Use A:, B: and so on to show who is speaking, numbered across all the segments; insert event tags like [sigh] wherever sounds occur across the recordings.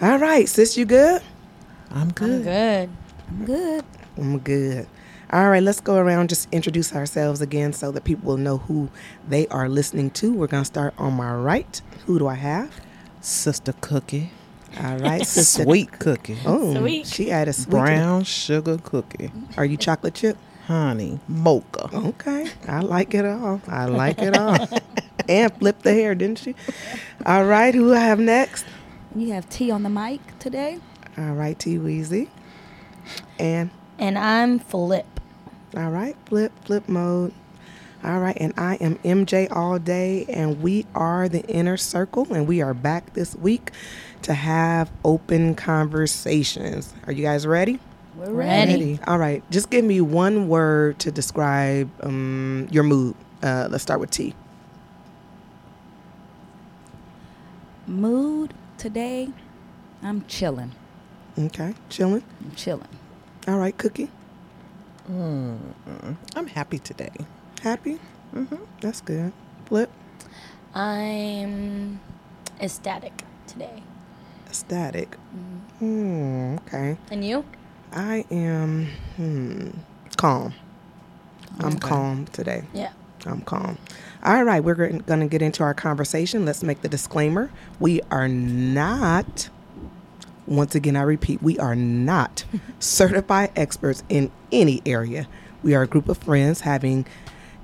A: All right, sis, you good? I'm
B: I'm
A: good.
B: good. I'm good.
A: I'm good. All right, let's go around just introduce ourselves again so that people will know who they are listening to. We're going to start on my right. Who do I have?
C: Sister Cookie.
A: All
C: [laughs]
A: right, [laughs] sister.
C: Sweet cookie.
A: Oh,
B: Sweet.
A: she added sweet.
C: Brown sugar cookie.
A: Are you chocolate chip?
C: Honey. Mocha.
A: Okay, I like it all. I like it
C: [laughs]
A: all. and flipped the hair, didn't she? All right, who I have next?
D: You have tea on the mic today.
A: All right, T Weezy. And
B: And I'm Flip.
A: all right, flip, flip mode. All right, and I am MJ all day, and we are the inner circle, and we are back this week to have open conversations. Are you guys ready?
D: We're
B: Ready.
A: All right, just give me one word to describe um, your mood. Uh, let's start with T.
D: Mood today, I'm chilling.
A: Okay, chilling.
D: I'm chilling.
A: All right, Cookie.
C: I'm happy today.
A: Happy? Mm-hmm. That's good. Flip.
B: I'm ecstatic today.
A: Static. Hmm. Okay.
B: And you?
A: I am hmm, calm. I'm calm today.
B: Yeah.
A: I'm calm. All right, we're going to get into our conversation. Let's make the disclaimer. We are not, once again, I repeat, we are not certified experts in any area. We are a group of friends having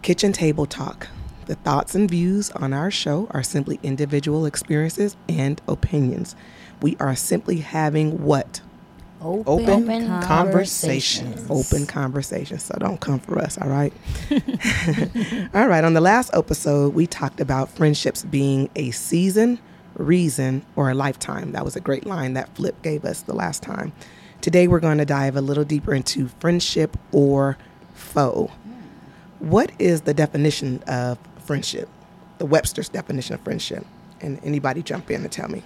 A: kitchen table talk. The thoughts and views on our show are simply individual experiences and opinions. We are simply having what?
D: Open,
C: Open,
B: Open
C: conversation.
B: conversations.
A: open conversation. So don't come for us, all right? [laughs] all right, on the last episode, we talked about friendships being a season, reason, or a lifetime. That was a great line that Flip gave us the last time. Today, we're going to dive a little deeper into friendship or foe. What is the definition of friendship? The Webster's definition of friendship. And anybody jump in and tell me.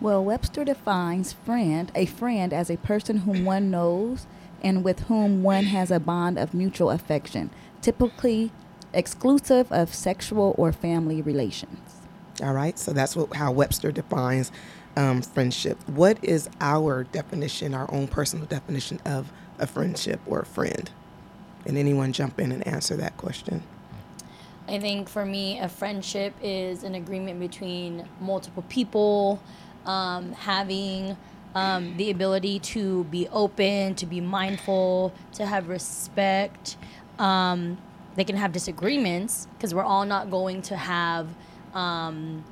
D: Well, Webster defines friend a friend as a person whom one knows and with whom one has a bond of mutual affection, typically exclusive of sexual or family relations.
A: All right, so that's what how Webster defines um, friendship. What is our definition, our own personal definition of a friendship or a friend? And anyone jump in and answer that question?
B: I think for me, a friendship is an agreement between multiple people, um, having um, the ability to be open, to be mindful, to have respect. Um, they can have disagreements because we're all not going to have, um,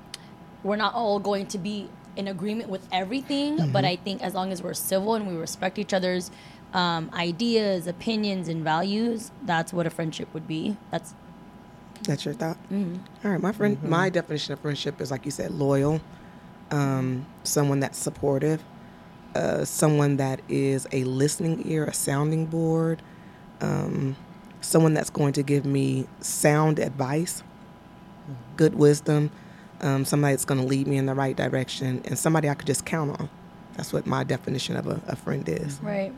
B: we're not all going to be in agreement with everything. But I think as long as we're civil and we respect each other's um, ideas, opinions, and values, that's what a friendship would be. That's
A: That's your thought. All right, my friend,
C: Mm-hmm.
A: my definition of friendship is like you said, loyal, um, someone that's supportive, uh, someone that is a listening ear, a sounding board, um, someone that's going to give me sound advice,
C: Mm-hmm.
A: good wisdom, um, somebody that's going to lead me in the right direction, and somebody I could just count on. That's what my definition of a, a friend is.
B: Right.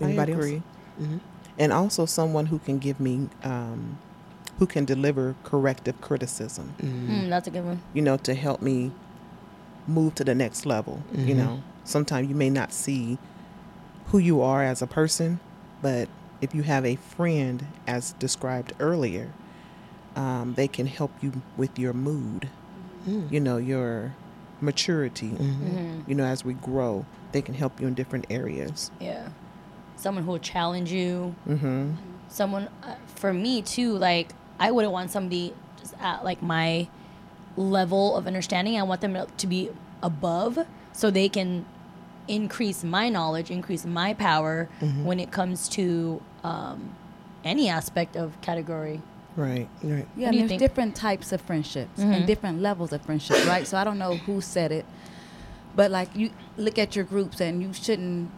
A: Anybody
C: Mm-hmm.
A: else?
C: I
A: Mm-hmm.
C: agree. And also someone who can give me, um, who can deliver corrective criticism,
B: Mm, that's a good one.
C: you know, to help me move to the next level. You
A: Mm-hmm.
C: know, sometimes you may not see who you are as a person, but if you have a friend, as described earlier, um, they can help you with your mood,
A: Mm.
C: you know, your maturity,
D: Mm-hmm.
C: you know, as we grow, they can help you in different areas.
B: Yeah. Someone who will challenge you. Mm-hmm. Someone, uh, for me too, like, I wouldn't want somebody just at like my level of understanding. I want them to- to be above so they can increase my knowledge, increase my power when it comes to um, any aspect of category.
C: Right.
A: Right.
D: Yeah,
B: What
D: and
B: do you
D: there's
B: think? Mm-hmm.
D: different types of friendships and different levels of friendship, right? so I don't know who said it, but like you look at your groups and you shouldn't,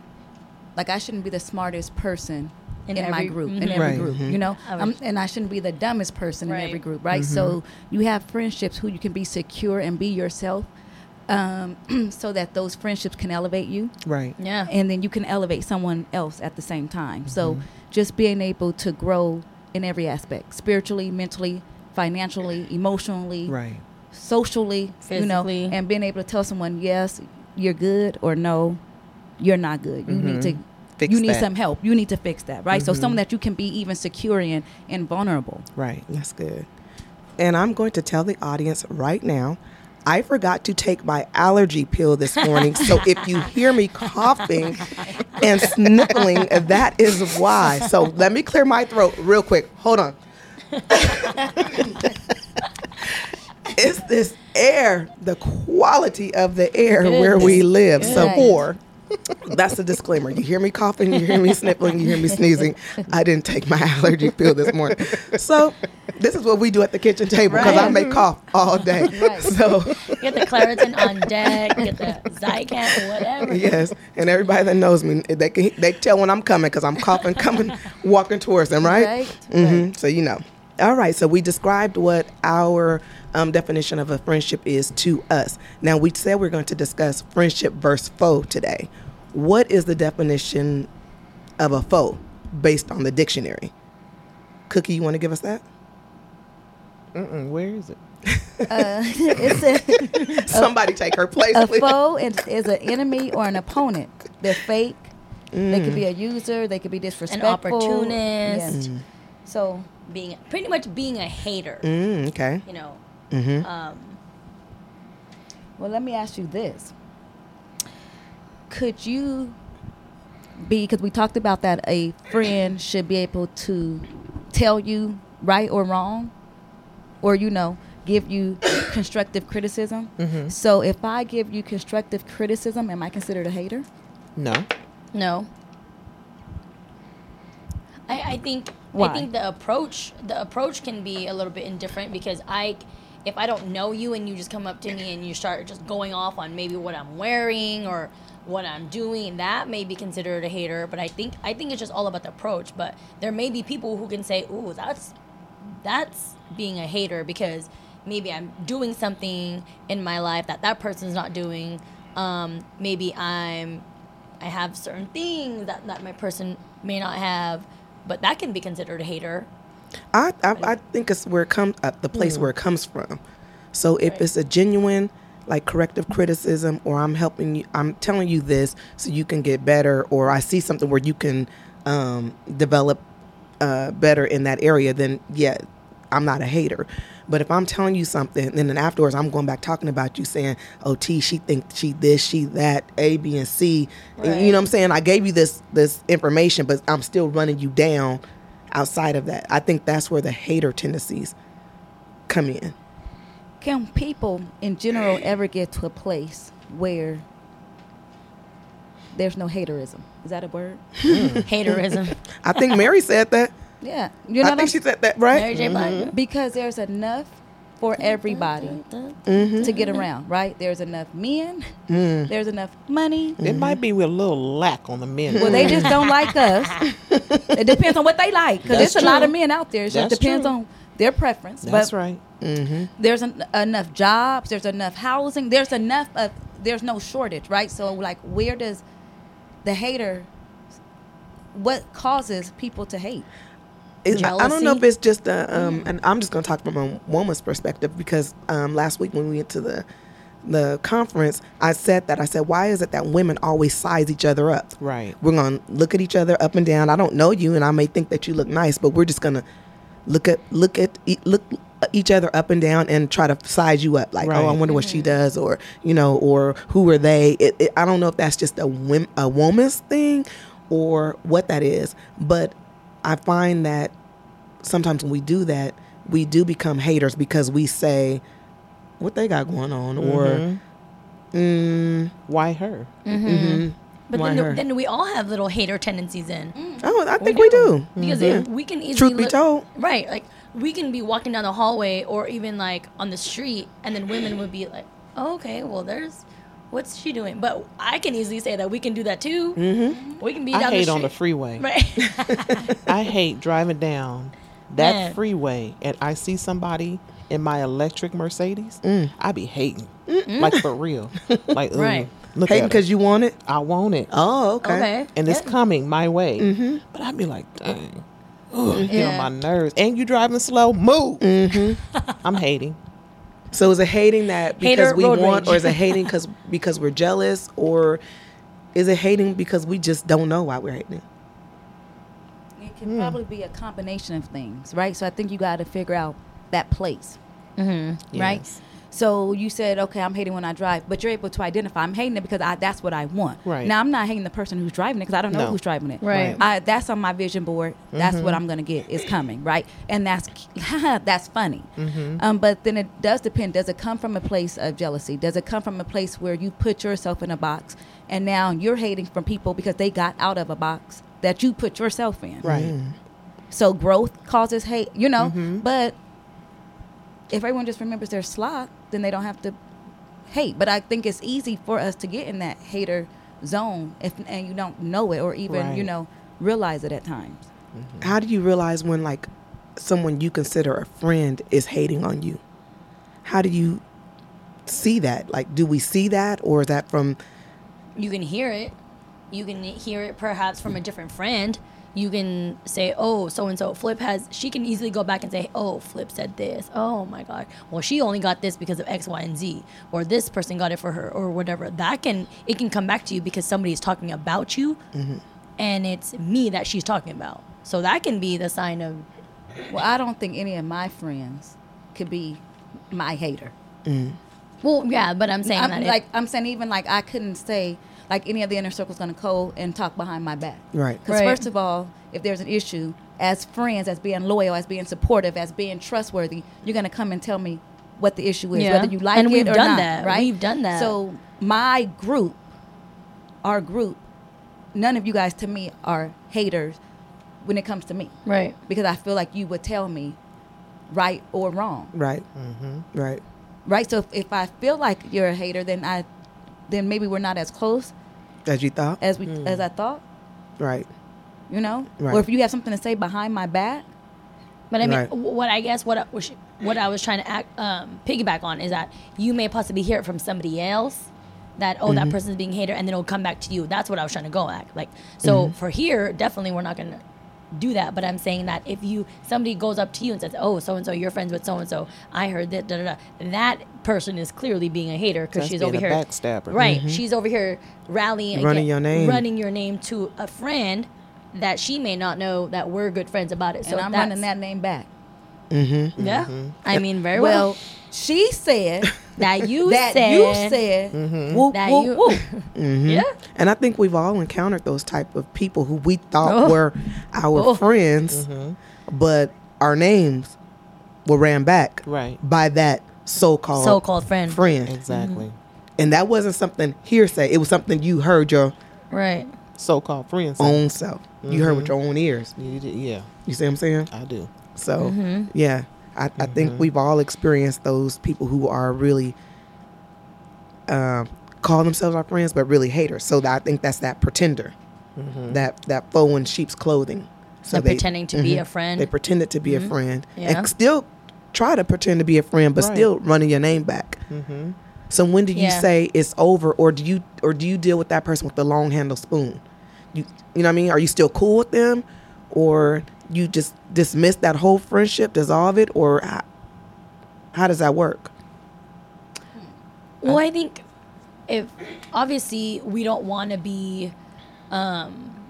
D: like I shouldn't be the smartest person
B: In
D: in, my
B: every-
D: group,
B: mhm.
D: in every
C: Right.
D: group, you know,
B: I would-
D: Um, and I shouldn't be the dumbest person in every
B: Right.
D: group, right? So you have friendships who you can be secure and be yourself, um, [clears throat] so that those friendships can elevate you
C: Right.
B: Yeah.
D: and then you can elevate someone else at the same time. So just being able to grow in every aspect, spiritually, mentally, financially, emotionally,
C: Right.
D: socially, you know,
B: Physically.
D: and being able to tell someone, yes, you're good or no, you're not good. You need to
C: Fix
D: you need
C: that.
D: some help. You need to fix that, right? So someone that you can be even secure in and vulnerable.
C: Right.
A: That's good. And I'm going to tell the audience right now I forgot to take my allergy pill this morning. so if you hear me coughing and sniffling, that is why. So let me clear my throat real quick. Hold on. [laughs] it's this air, the quality of the air where we live. So
D: Goodness.
A: poor. That's the disclaimer. You hear me coughing, you hear me sniffling, you hear me sneezing. I didn't take my [laughs] allergy pill this morning. So, this is what we do at the kitchen table because I
B: Right.
A: may cough all day.
D: Right.
A: So,
B: Get the Claritin on deck. Get the Zycan, [laughs] whatever.
A: yes. And everybody that knows me, they can they tell when I'm coming because I'm coughing, coming, walking towards them, right?
D: Right,
A: Mhm. So, you know. All right. So, we described what our um, definition of a friendship is to us. Now, we said we're going to discuss friendship versus foe today. What is the definition of a foe based on the dictionary? Cookie, you want to give us that?
C: Mm-mm, where is it?
D: Uh, it's a,
A: Somebody take her
C: [laughs]
A: place,
D: a
A: please.
D: foe is, is an enemy or an opponent. They're fake. They could be a user. They could be
B: An
D: disrespectful.
B: opportunist.
D: Yes. So
B: Being pretty much being a hater.
A: Mm, okay.
B: You know.
A: Mm-hmm.
B: Um,
D: Well, let me ask you this. Could you be, because we talked about that, a friend should be able to tell you right or wrong, or, you know, give you constructive criticism? So if I give you constructive criticism, am I considered a hater?
C: No.
B: No. I, I think
D: Why?
B: I think the approach the approach can be a little bit indifferent because I if I don't know you and you just come up to me and you start just going off on maybe what I'm wearing or what I'm doing, that may be considered a hater. But I think I think it's just all about the approach. But there may be people who can say, Ooh, that's that's being a hater because maybe I'm doing something in my life that that person's not doing. Um, maybe I'm I have certain things that, that my person may not have, but that can be considered a hater.
A: I, I, I think it's where it comes uh, the place
D: Mm.
A: where it comes from. So if it's a genuine like corrective criticism or I'm helping you I'm telling you this so you can get better or I see something where you can um, develop uh, better in that area then yeah I'm not a hater. But if I'm telling you something and then afterwards I'm going back talking about you saying oh T she thinks she this she that A B and C
B: Right.
A: you know what I'm saying I gave you this this information but I'm still running you down outside of that. I think that's where the hater tendencies come in.
D: Can people in general ever get to a place where there's no haterism? Is that a word?
B: Haterism.
A: I
D: [laughs]
A: think Mary said that.
D: Yeah. You know
A: I
D: what I'm
A: think she said that, right?
B: Mary J.
C: Mm-hmm.
B: Blige.
D: because there's enough for everybody
C: Mm-hmm.
D: to get around, right? There's enough men,
C: Mm.
D: there's enough money.
C: It
B: Mm-hmm.
C: might be with a little lack on the men.
D: Well, they just don't like us. It depends on what they like, because
C: That's
D: there's a lot of
C: true.
D: men out there. It just
C: That's
D: depends
C: true.
D: on their preference.
C: That's
D: but
C: right.
D: there's en- enough jobs, there's enough housing, there's enough of, there's no shortage, right? So, like, where does the hater, what causes people to hate?
A: It- I- I don't know
B: Jealousy.
A: if it's just a, um, and I'm just going to talk from a woman's perspective because um, last week when we went to the the conference, I said that I said, why is it that women always size each other up?
C: Right.
A: We're going to look at each other up and down. I don't know you, and I may think that you look nice, but we're just going to look at look at e- look each other up and down and try to size you up. Like, oh, I
C: Right.
A: wonder what she does, or you know, or who are they? It, it, I don't know if that's just a whim, a woman's thing, or what that is. But I find that sometimes when we do that, we do become haters because we say what they got going on,
C: Mm-hmm.
A: or mm,
C: Why her?
A: mhm,
B: But
A: why
B: then, the,
A: her?
B: then we all have little hater tendencies in.
A: oh, I think we do.
B: Because
A: Mhm.
B: if we can easily.
A: Truth be told.
B: Right. Like, we can be walking down the hallway or even like on the street, and then women would be like, oh, okay, well, there's. What's she doing? But I can easily say that we can do that too. Mm-hmm. We can be down
C: I
B: the
C: hate
B: street.
C: on the freeway.
B: [laughs] Right.
C: I hate driving down that
B: Man.
C: freeway and I see somebody in my electric Mercedes. I be hating, like for
B: [laughs]
C: real. Like, ooh,
B: Mm. Right.
C: look
A: Hating
C: at her.
A: because you want it.
C: I want it,
A: Oh, okay.
B: okay.
C: and it's
B: Yeah. Mm-hmm.
C: coming my way. But I be like, dang, ooh, get on
B: Yeah. Mm-hmm. [laughs]
C: my nerves. And you driving slow, move. I'm hating.
A: So is it hating that because
B: Hater,
A: we
B: road
A: want, or
B: rage.
A: is it hating because because we're jealous, or is it hating because we just don't know why we're hating?
D: It can
C: Hmm.
D: probably be a combination of things, right? So I think you got to figure out that place, mm-hmm. right?
A: Yes.
D: So you said, okay, I'm hating when I drive, but you're able to identify I'm hating it because I, that's what I want.
C: Right.
D: Now I'm not hating the person who's driving it because I don't know
C: No.
D: who's driving it.
B: Right.
D: I, that's on my vision board. That's what I'm gonna get. It's coming, right? And that's [laughs] that's funny. Um, but then it does depend. Does it come from a place of jealousy? Does it come from a place where you put yourself in a box and now you're hating from people because they got out of a box that you put yourself in?
C: Right.
B: Mm-hmm.
D: So growth causes hate, you know. But if everyone just remembers their slot, then they don't have to hate. But I think it's easy for us to get in that hater zone if and you don't know it or even
C: Right.
D: you know realize it at times.
A: How do you realize when like someone you consider a friend is hating on you? How do you see that? Like, do we see that, or is that from?
B: you can hear it. You can hear it perhaps from a different friend. You can say, oh, so and so, Flip has, she can easily go back and say, oh, Flip said this. Oh my God. Well, she only got this because of X, Y, and Z. Or this person got it for her or whatever. That can, it can come back to you because somebody is talking about you and it's me that she's talking about. So that can be the sign of,
D: Well, I don't think any of my friends could be my hater.
B: well, yeah, but I'm saying that
D: I'm,
B: it-
D: like I'm saying, even like I couldn't say like any of the inner circle's going to go and talk behind my back.
A: Right.
D: Because
B: Right.
D: first of all, if there's an issue, as friends, as being loyal, as being supportive, as being trustworthy, you're going to come and tell me what the issue is,
B: Yeah.
D: whether you like
B: And
D: it
B: we've
D: or
B: done
D: not,
B: that.
D: Right.
B: We've done that.
D: So my group, our group, none of you guys to me are haters when it comes to me.
B: right.
D: Because I feel like you would tell me right or wrong
A: Right. Right.
D: right? So if, if I feel like you're a hater, then I, then maybe we're not as close
A: As you thought.
D: as we
B: Hmm.
D: as I thought,
A: right.
D: you know.
A: Right.
D: Or if you have something to say behind my back,
B: But I mean,
A: Right.
B: wh- what I guess what I, which- what I was trying to act, um, piggyback on is that you may possibly hear it from somebody else that oh that person's being hater, and then it'll come back to you. That's what I was trying to go at. Like so for here, definitely we're not gonna do that. But I'm saying that if you somebody goes up to you and says oh so and so you're friends with so and so I heard that da da da that person is clearly being a hater because
C: That's
B: she's
C: being
B: over
C: a
B: here
C: backstabber.
B: right? She's over here rallying
A: Running
B: against-
A: your name.
B: running your name to a friend. That she may not know that we're good friends about it. So
D: and I'm
B: that's-
D: running that name back.
B: yeah. I mean, very well.
D: Mm-hmm. Well, she said [laughs]
B: that [laughs] you
D: that
B: said.
D: you said
A: Mm-hmm.
D: Mm-hmm. whoop,
B: That
D: whoop,
B: you- [laughs]
D: whoop.
B: Yeah.
A: And I think we've all encountered those type of people who we thought were our
B: Oh.
A: friends, but our names were ran back
C: Right.
A: by that
D: Uh,
A: so-called
B: So-called friend.
A: friend.
C: Exactly.
A: And that wasn't something hearsay. It was something you heard your
B: Right.
C: So called friends.
B: Oh.
A: own self. You heard with your own ears.
C: You did- yeah,
A: You see what I'm saying?
C: I do.
A: So yeah, I, I think we've all experienced those people who are really um, call themselves our friends, but really haters. So that, I think that's that pretender, that that foe in sheep's clothing. So
B: They're pretending to
D: Mm-hmm.
B: be a friend. Mm-hmm.
A: They pretended to be a friend
B: Yeah.
A: and still try to pretend to be a friend, but
C: Right.
A: still running your name back. So when do you
B: Yeah.
A: say it's over, or do you or do you deal with that person with the long handle spoon? You you know what I mean? Are you still cool with them, or you just dismiss that whole friendship, dissolve it, or how, how does that work?
B: Well, I think if obviously we don't want to be, um,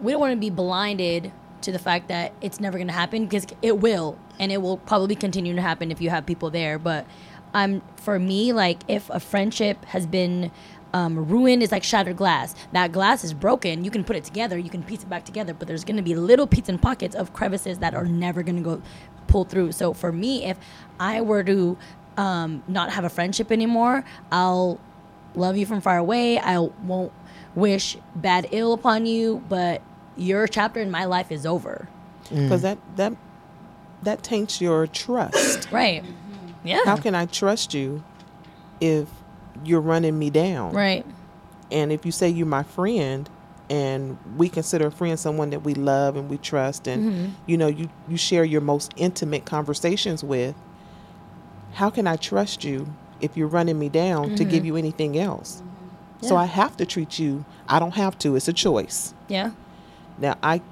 B: we don't want to be blinded to the fact that it's never going to happen because it will, and it will probably continue to happen if you have people there. But I'm for me, like if a friendship has been. Um, ruined is like shattered glass. That glass is broken. You can put it together. You can piece it back together. But there's going to be little pieces and pockets of crevices that are never going to go pull through. So for me, if I were to um, not have a friendship anymore. I'll love you from far away. I won't wish bad ill upon you, but your chapter in my life is over.
C: Because
B: Mm.
C: that, that, that taints your trust.
B: Right.
A: Mm-hmm.
B: Yeah.
C: How can I trust you if you're running me down?
B: right.
C: And if you say you're my friend and we consider a friend someone that we love and we trust and
B: Mm-hmm.
C: you know you you share your most intimate conversations with, how can I trust you if you're running me down to give you anything else? So
B: Mm-hmm. Yeah.
C: I have to treat you. I don't have to. It's a choice.
B: Yeah.
C: Now I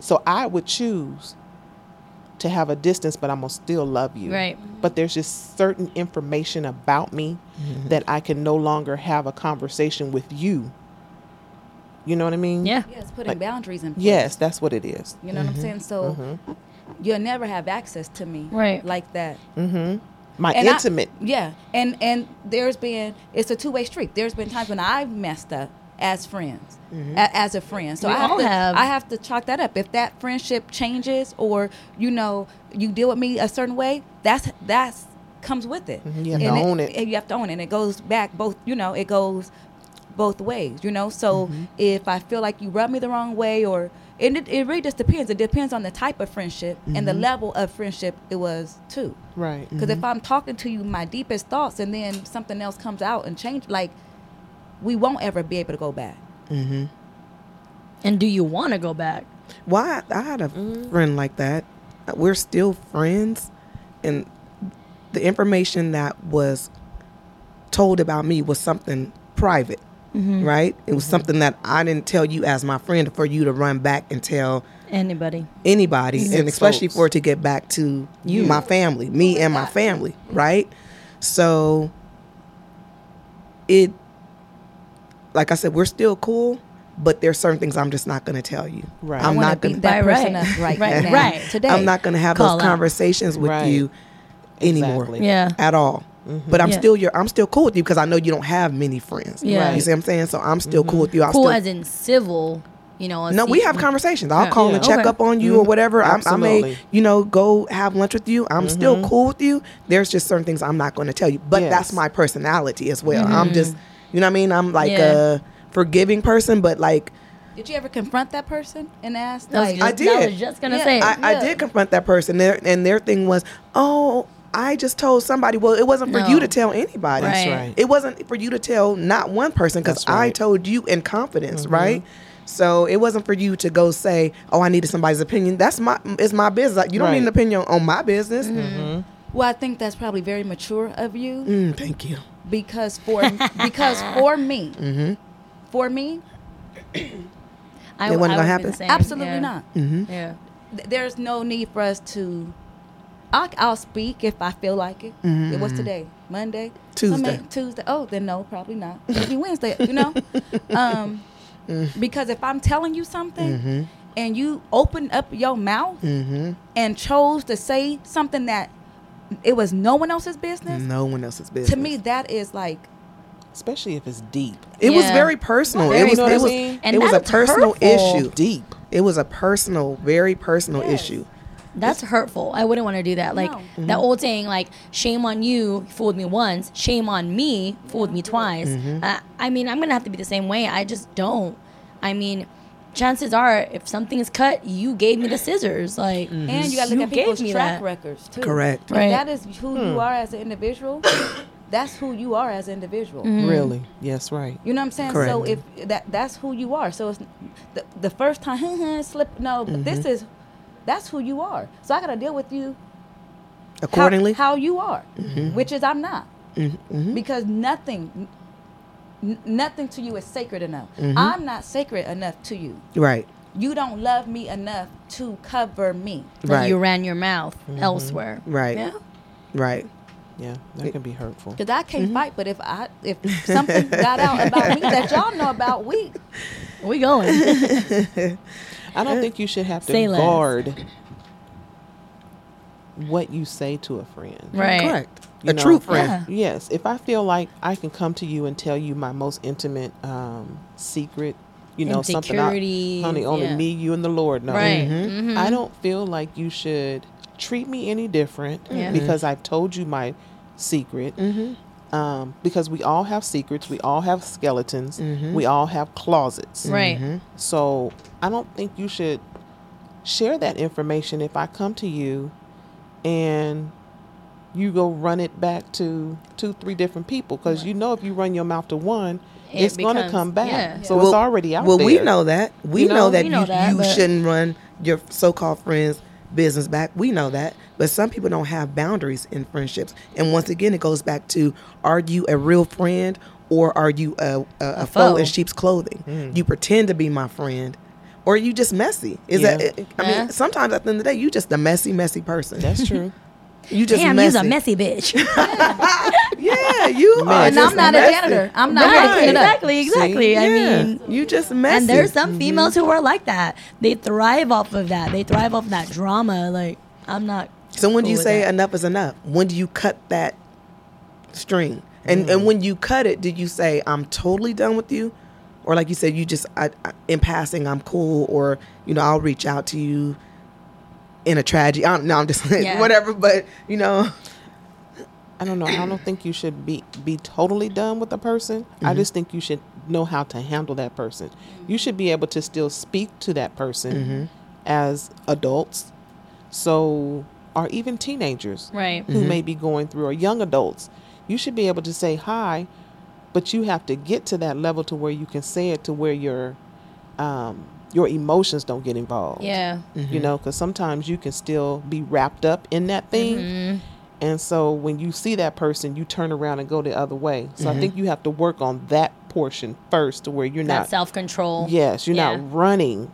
C: so I would choose to have a distance, but I'm gonna still love you.
B: Right.
C: But there's just certain information about me that I can no longer have a conversation with you. You know what I mean?
B: Yeah.
D: Yes, putting boundaries in place.
C: Yes, that's what it is.
D: You know what I'm saying? So you'll never have access to me
B: Right.
D: like that.
C: My
D: And I-
C: intimate.
D: yeah. And and there's been it's a two way street. There's been times when I've messed up as friends.
C: Mm-hmm.
D: a- as a friend. So
B: We
D: I have,
B: all
D: to,
B: have.
D: I have to chalk that up. If that friendship changes or you know, you deal with me a certain way, that's that's comes with it.
C: Mm-hmm. You have to
D: And
C: own it.
D: And you have to own it. And it goes back both you know, it goes both ways, you know. So
C: Mm-hmm.
D: if I feel like you rub me the wrong way, or and it, it really just depends. It depends on the type of friendship and the
C: Mm-hmm.
D: level of friendship it was too.
C: Right.
D: Because
A: Mm-hmm.
D: if I'm talking to you my deepest thoughts and then something else comes out and change, like we won't ever be able to go back.
B: And do you want to go back?
A: Why I had a
C: Mm-hmm.
A: friend like that. We're still friends, and the information that was told about me was something private,
C: Mm-hmm.
A: right? It was something that I didn't tell you as my friend for you to run back and tell
B: Anybody?
A: anybody, and
C: Six
A: especially
C: folks.
A: for it to get back to you, my family, me and my family,
C: Mm-hmm.
A: right? So it, like I said, we're still cool, but there's certain things I'm just not going to tell you.
C: Right. I
A: I'm
D: wanna
A: not
D: beat
A: going.
D: that
B: Right,
D: person
B: right.
D: up right,
B: [laughs] Right,
D: now,
B: right.
D: today.
A: I'm not going to have
B: Call
A: those
B: out.
A: conversations with
C: Right.
A: you anymore
C: Exactly. Mm-hmm.
B: Yeah.
A: at all. But I'm
B: Yeah.
A: still your. I'm still cool with you because I know you don't have many friends.
B: Yeah.
A: You see what I'm saying? So I'm still
C: Mm-hmm.
A: cool with you. I'll
B: Cool
A: still
B: as in civil, you know. a
A: no, we
B: seat-
A: have conversations. I'll
B: Yeah.
A: call
C: Yeah, Mm-hmm.
A: and check
B: okay.
A: up on you or whatever. I'm, I may,
C: absolutely. Mm-hmm.
A: you know, go have lunch with you. I'm still cool with you. There's just certain things I'm not going to tell you, but that's
C: Yes.
A: my personality as well. I'm just, you know what I mean? I'm like
B: Mm-hmm. Yeah.
A: a forgiving person, but like
D: Did you ever confront that person and ask?
B: That was
D: Like,
B: just-
A: I
B: That
A: did.
B: was just gonna
D: Yeah.
B: say.
A: I, I did confront that person there, and their thing was, oh, I just told somebody. Well, it wasn't for
B: No.
A: you to tell anybody.
B: That's
C: right.
A: It wasn't for you to tell not one person because
C: That's right. Mm-hmm.
A: I told you in confidence, right? So it wasn't for you to go say, "Oh, I needed somebody's opinion." That's my it's my business. Like, You don't
C: Right. Mm-hmm.
A: need an opinion on my business.
D: well, I think that's probably very mature of you
A: Mm, thank you.
D: because for because
A: [laughs]
D: for me,
A: Mm-hmm.
D: for me,
B: I,
A: It wasn't
B: I
A: gonna
B: would've
A: happen?
B: been the same,
D: absolutely
B: yeah.
D: not.
B: Yeah.
D: Th- There's no need for us to. I'll, I'll speak if I feel like it. It was today, Monday,
A: Mm-hmm. Tuesday.
D: Come in, Tuesday. Oh, then no, probably not. Maybe Wednesday.
A: [laughs]
D: You know, um,
A: Mm.
D: because if I'm telling you something
A: Mm-hmm.
D: and you open up your mouth
A: Mm.
D: and chose to say something that it was no one else's business,
A: No one else's business. Mm-hmm.
D: to me that is like
C: Especially if it's deep.
A: it was
B: Yeah.
A: very personal.
C: Very
A: it was
C: You know what
A: it
C: I
A: was
C: mean?
B: And
A: it was a
B: that's
A: personal
B: hurtful.
A: issue.
C: Deep.
A: It was a personal, very personal
D: Yes.
A: issue.
B: That's hurtful. I wouldn't want to do that. Like
D: No.
B: that old saying, like "shame on you, fooled me once; shame on me, fooled me twice." I, I mean, I'm gonna have to be the same way. I just don't. I mean, chances are, if something is cut, you gave me the scissors. Like,
D: and you got to look at
B: Mm-hmm. gave
D: people's
B: me
D: track
B: that.
D: records too.
A: Correct. Hmm.
D: If
B: Right.
D: That is who you are as an individual. [coughs] that's who you are as an individual.
B: Mm.
C: Really. Yes, right.
D: You know what I'm saying? So
A: Correct.
D: if that that's who you are. So it's the, the first time [laughs] slip. No, but this
A: Mm-hmm.
D: is that's who you are. So I got to deal with you how-
A: Accordingly, Mm-hmm.
D: how, you are, which is I'm not, because nothing. N- nothing to you is sacred enough.
A: Mm-hmm.
D: I'm not sacred enough to you.
A: right,
D: You don't love me enough to cover me.
B: that
A: right,
B: you ran your mouth elsewhere.
A: Right.
B: Yeah.
A: right.
C: Yeah. That can be hurtful.
D: Cause I
A: Mm-hmm.
D: can't fight, but if I if something got out about me that y'all know about, we
B: We going.
C: I don't think you should have to
B: Say less.
C: guard what you say to a friend.
B: right.
A: Correct.
C: You
A: a
C: know?
A: true friend.
C: Yes. If I feel like I can come to you and tell you my most intimate um, secret, you know, something I,
B: Insecurities,
C: honey, only
B: yeah.
C: me, you, and the Lord know.
B: Right. Mhm.
C: I don't feel like you should treat me any different
B: Yeah. Mhm.
C: because I've told you my secret. Um, because we all have secrets, we all have skeletons, we all have closets.
B: Right.
C: Mm-hmm. So I don't think you should share that information if I come to you and you go run it back to two, three different people because you know if you run your mouth to one,
B: It
C: it's going to
B: becomes-
C: come back.
B: yeah.
C: So it's already out
A: well,
C: there.
A: we know that. We
C: You
A: know,
C: know?
A: that
B: We know
A: you,
B: that,
A: you
B: but-
A: shouldn't run your so-called friends' business back. We know that, but some people don't have boundaries in friendships. And once again, it goes back to: Are you a real friend, or are you a a, a, foe
B: foe.
C: Mm.
A: in sheep's clothing? You pretend to be my friend, or you just messy. Is
C: Yeah.
A: that? I mean,
B: Yeah.
A: sometimes at the end of the day, you just a messy, messy person.
C: [laughs] That's true.
A: you just
B: Damn,
A: messy.
B: you's a messy bitch.
A: yeah,
C: [laughs]
A: you are.
D: And I'm
A: just
D: not a
A: messy.
D: janitor. I'm not here to
B: Right,
D: clean it up.
B: Exactly,
A: See?
B: exactly. I
A: Yeah,
B: mean,
A: you just messy.
B: and there's some females who are like that. They thrive off of that. They thrive off that drama. Like I'm not.
A: So when do
B: cool
A: you
B: with
A: say
B: that.
A: enough is enough? When do you cut that string? And and when you cut it, did you say I'm totally done with you, or like you said, you just I, I, in passing I'm cool, or you know I'll reach out to you in a tragedy. I don't, no, I'm just [laughs]
B: Yeah.
A: whatever. But you know,
C: I don't
A: [clears throat]
C: know. I don't think you should be be totally done with a person. I
A: Mm-hmm.
C: just think you should know how to handle that person. You should be able to still speak to that person
A: Mm-hmm.
C: as adults, so or even teenagers
B: Right.
C: who may be going through or young adults. You should be able to say hi, but you have to get to that level to where you can say it to where your um, your emotions don't get involved
B: Yeah.
C: you know because sometimes you can still be wrapped up in that thing and so when you see that person you turn around and go the other way so i think you have to work on that portion first to where you're
B: That
C: not
B: self control.
C: yes you're
B: Yeah. Mm-hmm.
C: not running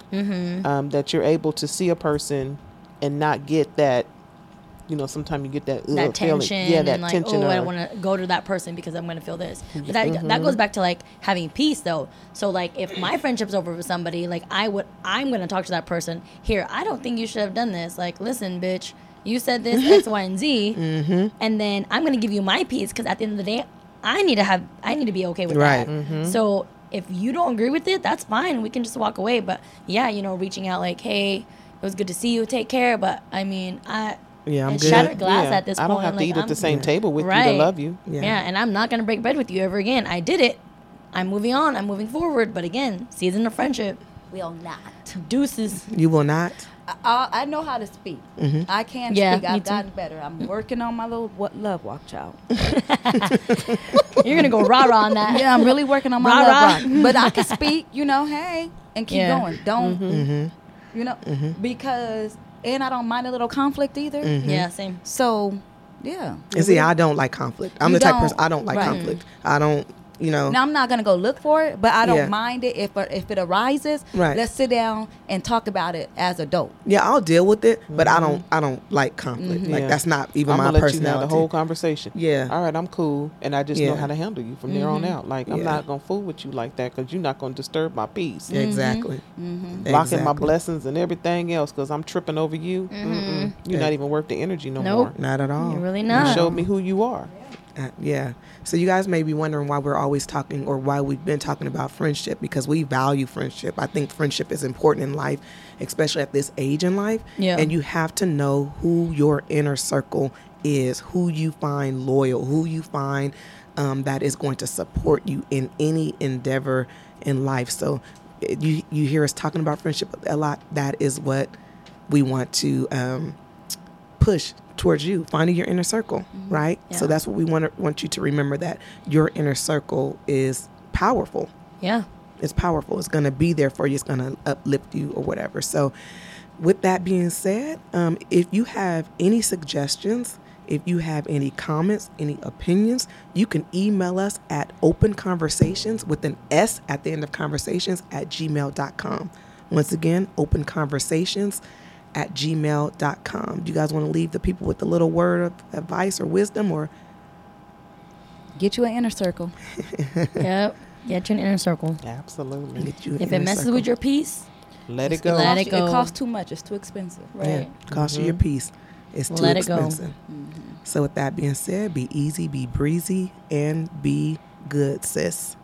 C: um, that you're able to see a person and not get that you know sometimes you get that,
B: That
C: ugh feeling.
B: tension.
C: yeah that
B: and like,
C: tension
B: Oh, I
C: of- Mm-hmm.
B: want to go to that person because I'm going to feel this. But that that goes back to like having peace though. So like if my friendship's over with somebody, like I would, I'm going to talk to that person. Here, I don't think you should have done this. Like, listen, bitch. You said
C: [laughs]
B: this X, Y, and Z,
C: Mm-hmm.
B: and then I'm gonna give you my piece because at the end of the day, I need to have, I need to be okay with
A: Right.
B: that.
C: Mm-hmm.
B: So if you don't agree with it, that's fine. We can just walk away. But yeah, you know, reaching out like, hey, it was good to see you. Take care. But I mean, I
A: Yeah, I'm
B: it's
A: good.
B: shattered glass
C: Yeah,
B: at this
C: i
B: point.
C: don't have
B: Like,
C: to eat
B: I'm-
C: at the same table with you
B: Right.
C: to love you
B: Yeah.
A: Yeah.
B: and I'm not gonna break bread with you ever again. I did it. I'm moving on. I'm moving forward. But again, season of friendship,
D: Will not.
B: deuces.
A: you will not.
D: I, I know how to speak.
A: Mm-hmm.
D: I can
B: Yeah,
D: speak.
B: me
D: I've
B: too.
D: gotten better. I'm working on my little what love walk,
B: [laughs]
D: child.
B: You're
C: [laughs]
B: gonna go rah rah on that.
D: Yeah, I'm really working on my
B: Rah,
D: love
B: rah.
D: rock. But I
B: [laughs]
D: can speak, you know, hey, and keep
B: Yeah. Mm-hmm.
D: going. Don't,
A: Mm-hmm.
D: you know, because, and I don't mind a little conflict either.
A: Mm-hmm.
B: Yeah,
C: Mm-hmm.
B: same.
D: So, yeah.
A: And see, I don't like conflict. I'm the
D: You
A: type
D: don't-
A: of person I don't like
D: right.
A: conflict. I don't, you know.
D: Now I'm not gonna go look for it, but I don't
A: Yeah.
D: mind it if uh, if it arises.
A: Right.
D: Let's sit down and talk about it as adults.
A: Yeah, I'll deal with it, but I don't. I don't like conflict. Like
C: Yeah.
A: that's not even
C: I'm
A: my
C: gonna let you
A: personality.
C: have the whole conversation.
A: Yeah.
C: All right, I'm cool, and I just know
A: Yeah.
C: how to handle you from there on
B: Mm-hmm.
C: out. Like I'm
A: Yeah.
C: not gonna fool with you like that because you're not gonna disturb my peace,
A: Exactly.
C: blocking my
A: Exactly.
C: blessings and everything else because I'm tripping over you. Mm-mm. You're
A: Yeah.
C: not even worth the energy no
B: Mm-hmm. Nope.
A: Not at all.
C: Oh.
B: You're really
C: more. You
B: not.
C: showed me who you are.
A: Uh, yeah. So you guys may be wondering why we're always talking or why we've been talking about friendship because we value friendship. I think friendship is important in life, especially at this age in life.
B: Yeah.
A: And you have to know who your inner circle is, who you find loyal, who you find um, that is going to support you in any endeavor in life. So uh, you you hear us talking about friendship a lot. That is what we want to. Um, push towards you, finding your inner circle, right? So
B: Yeah.
A: that's what we want to, want you to remember that your inner circle is powerful.
C: [laughs]
B: Yeah.
A: It's powerful. It's going to be there for you. It's going to uplift you or whatever. So, with that being said, um, if you have any suggestions, if you have any comments, any opinions, you can email us at open conversations with an S at the end of conversations at gmail.com. Once again, open conversations at gmail.com. Do you guys want to leave the people with a little word of advice or wisdom or
D: Get you an inner circle.
B: Yep. Get you an inner circle.
C: Absolutely.
A: get you an
B: If it
A: inner
B: messes
A: circle?
B: with your peace,
C: Let it
B: Just
C: go.
B: let it
D: Cost you-
B: go.
D: It costs too much. It's too expensive.
B: right. Mm-hmm.
A: Yeah, cost you your piece. It's too
B: Let it go. Mm-hmm.
A: expensive. So with that being said, be easy, be breezy, and be good, sis.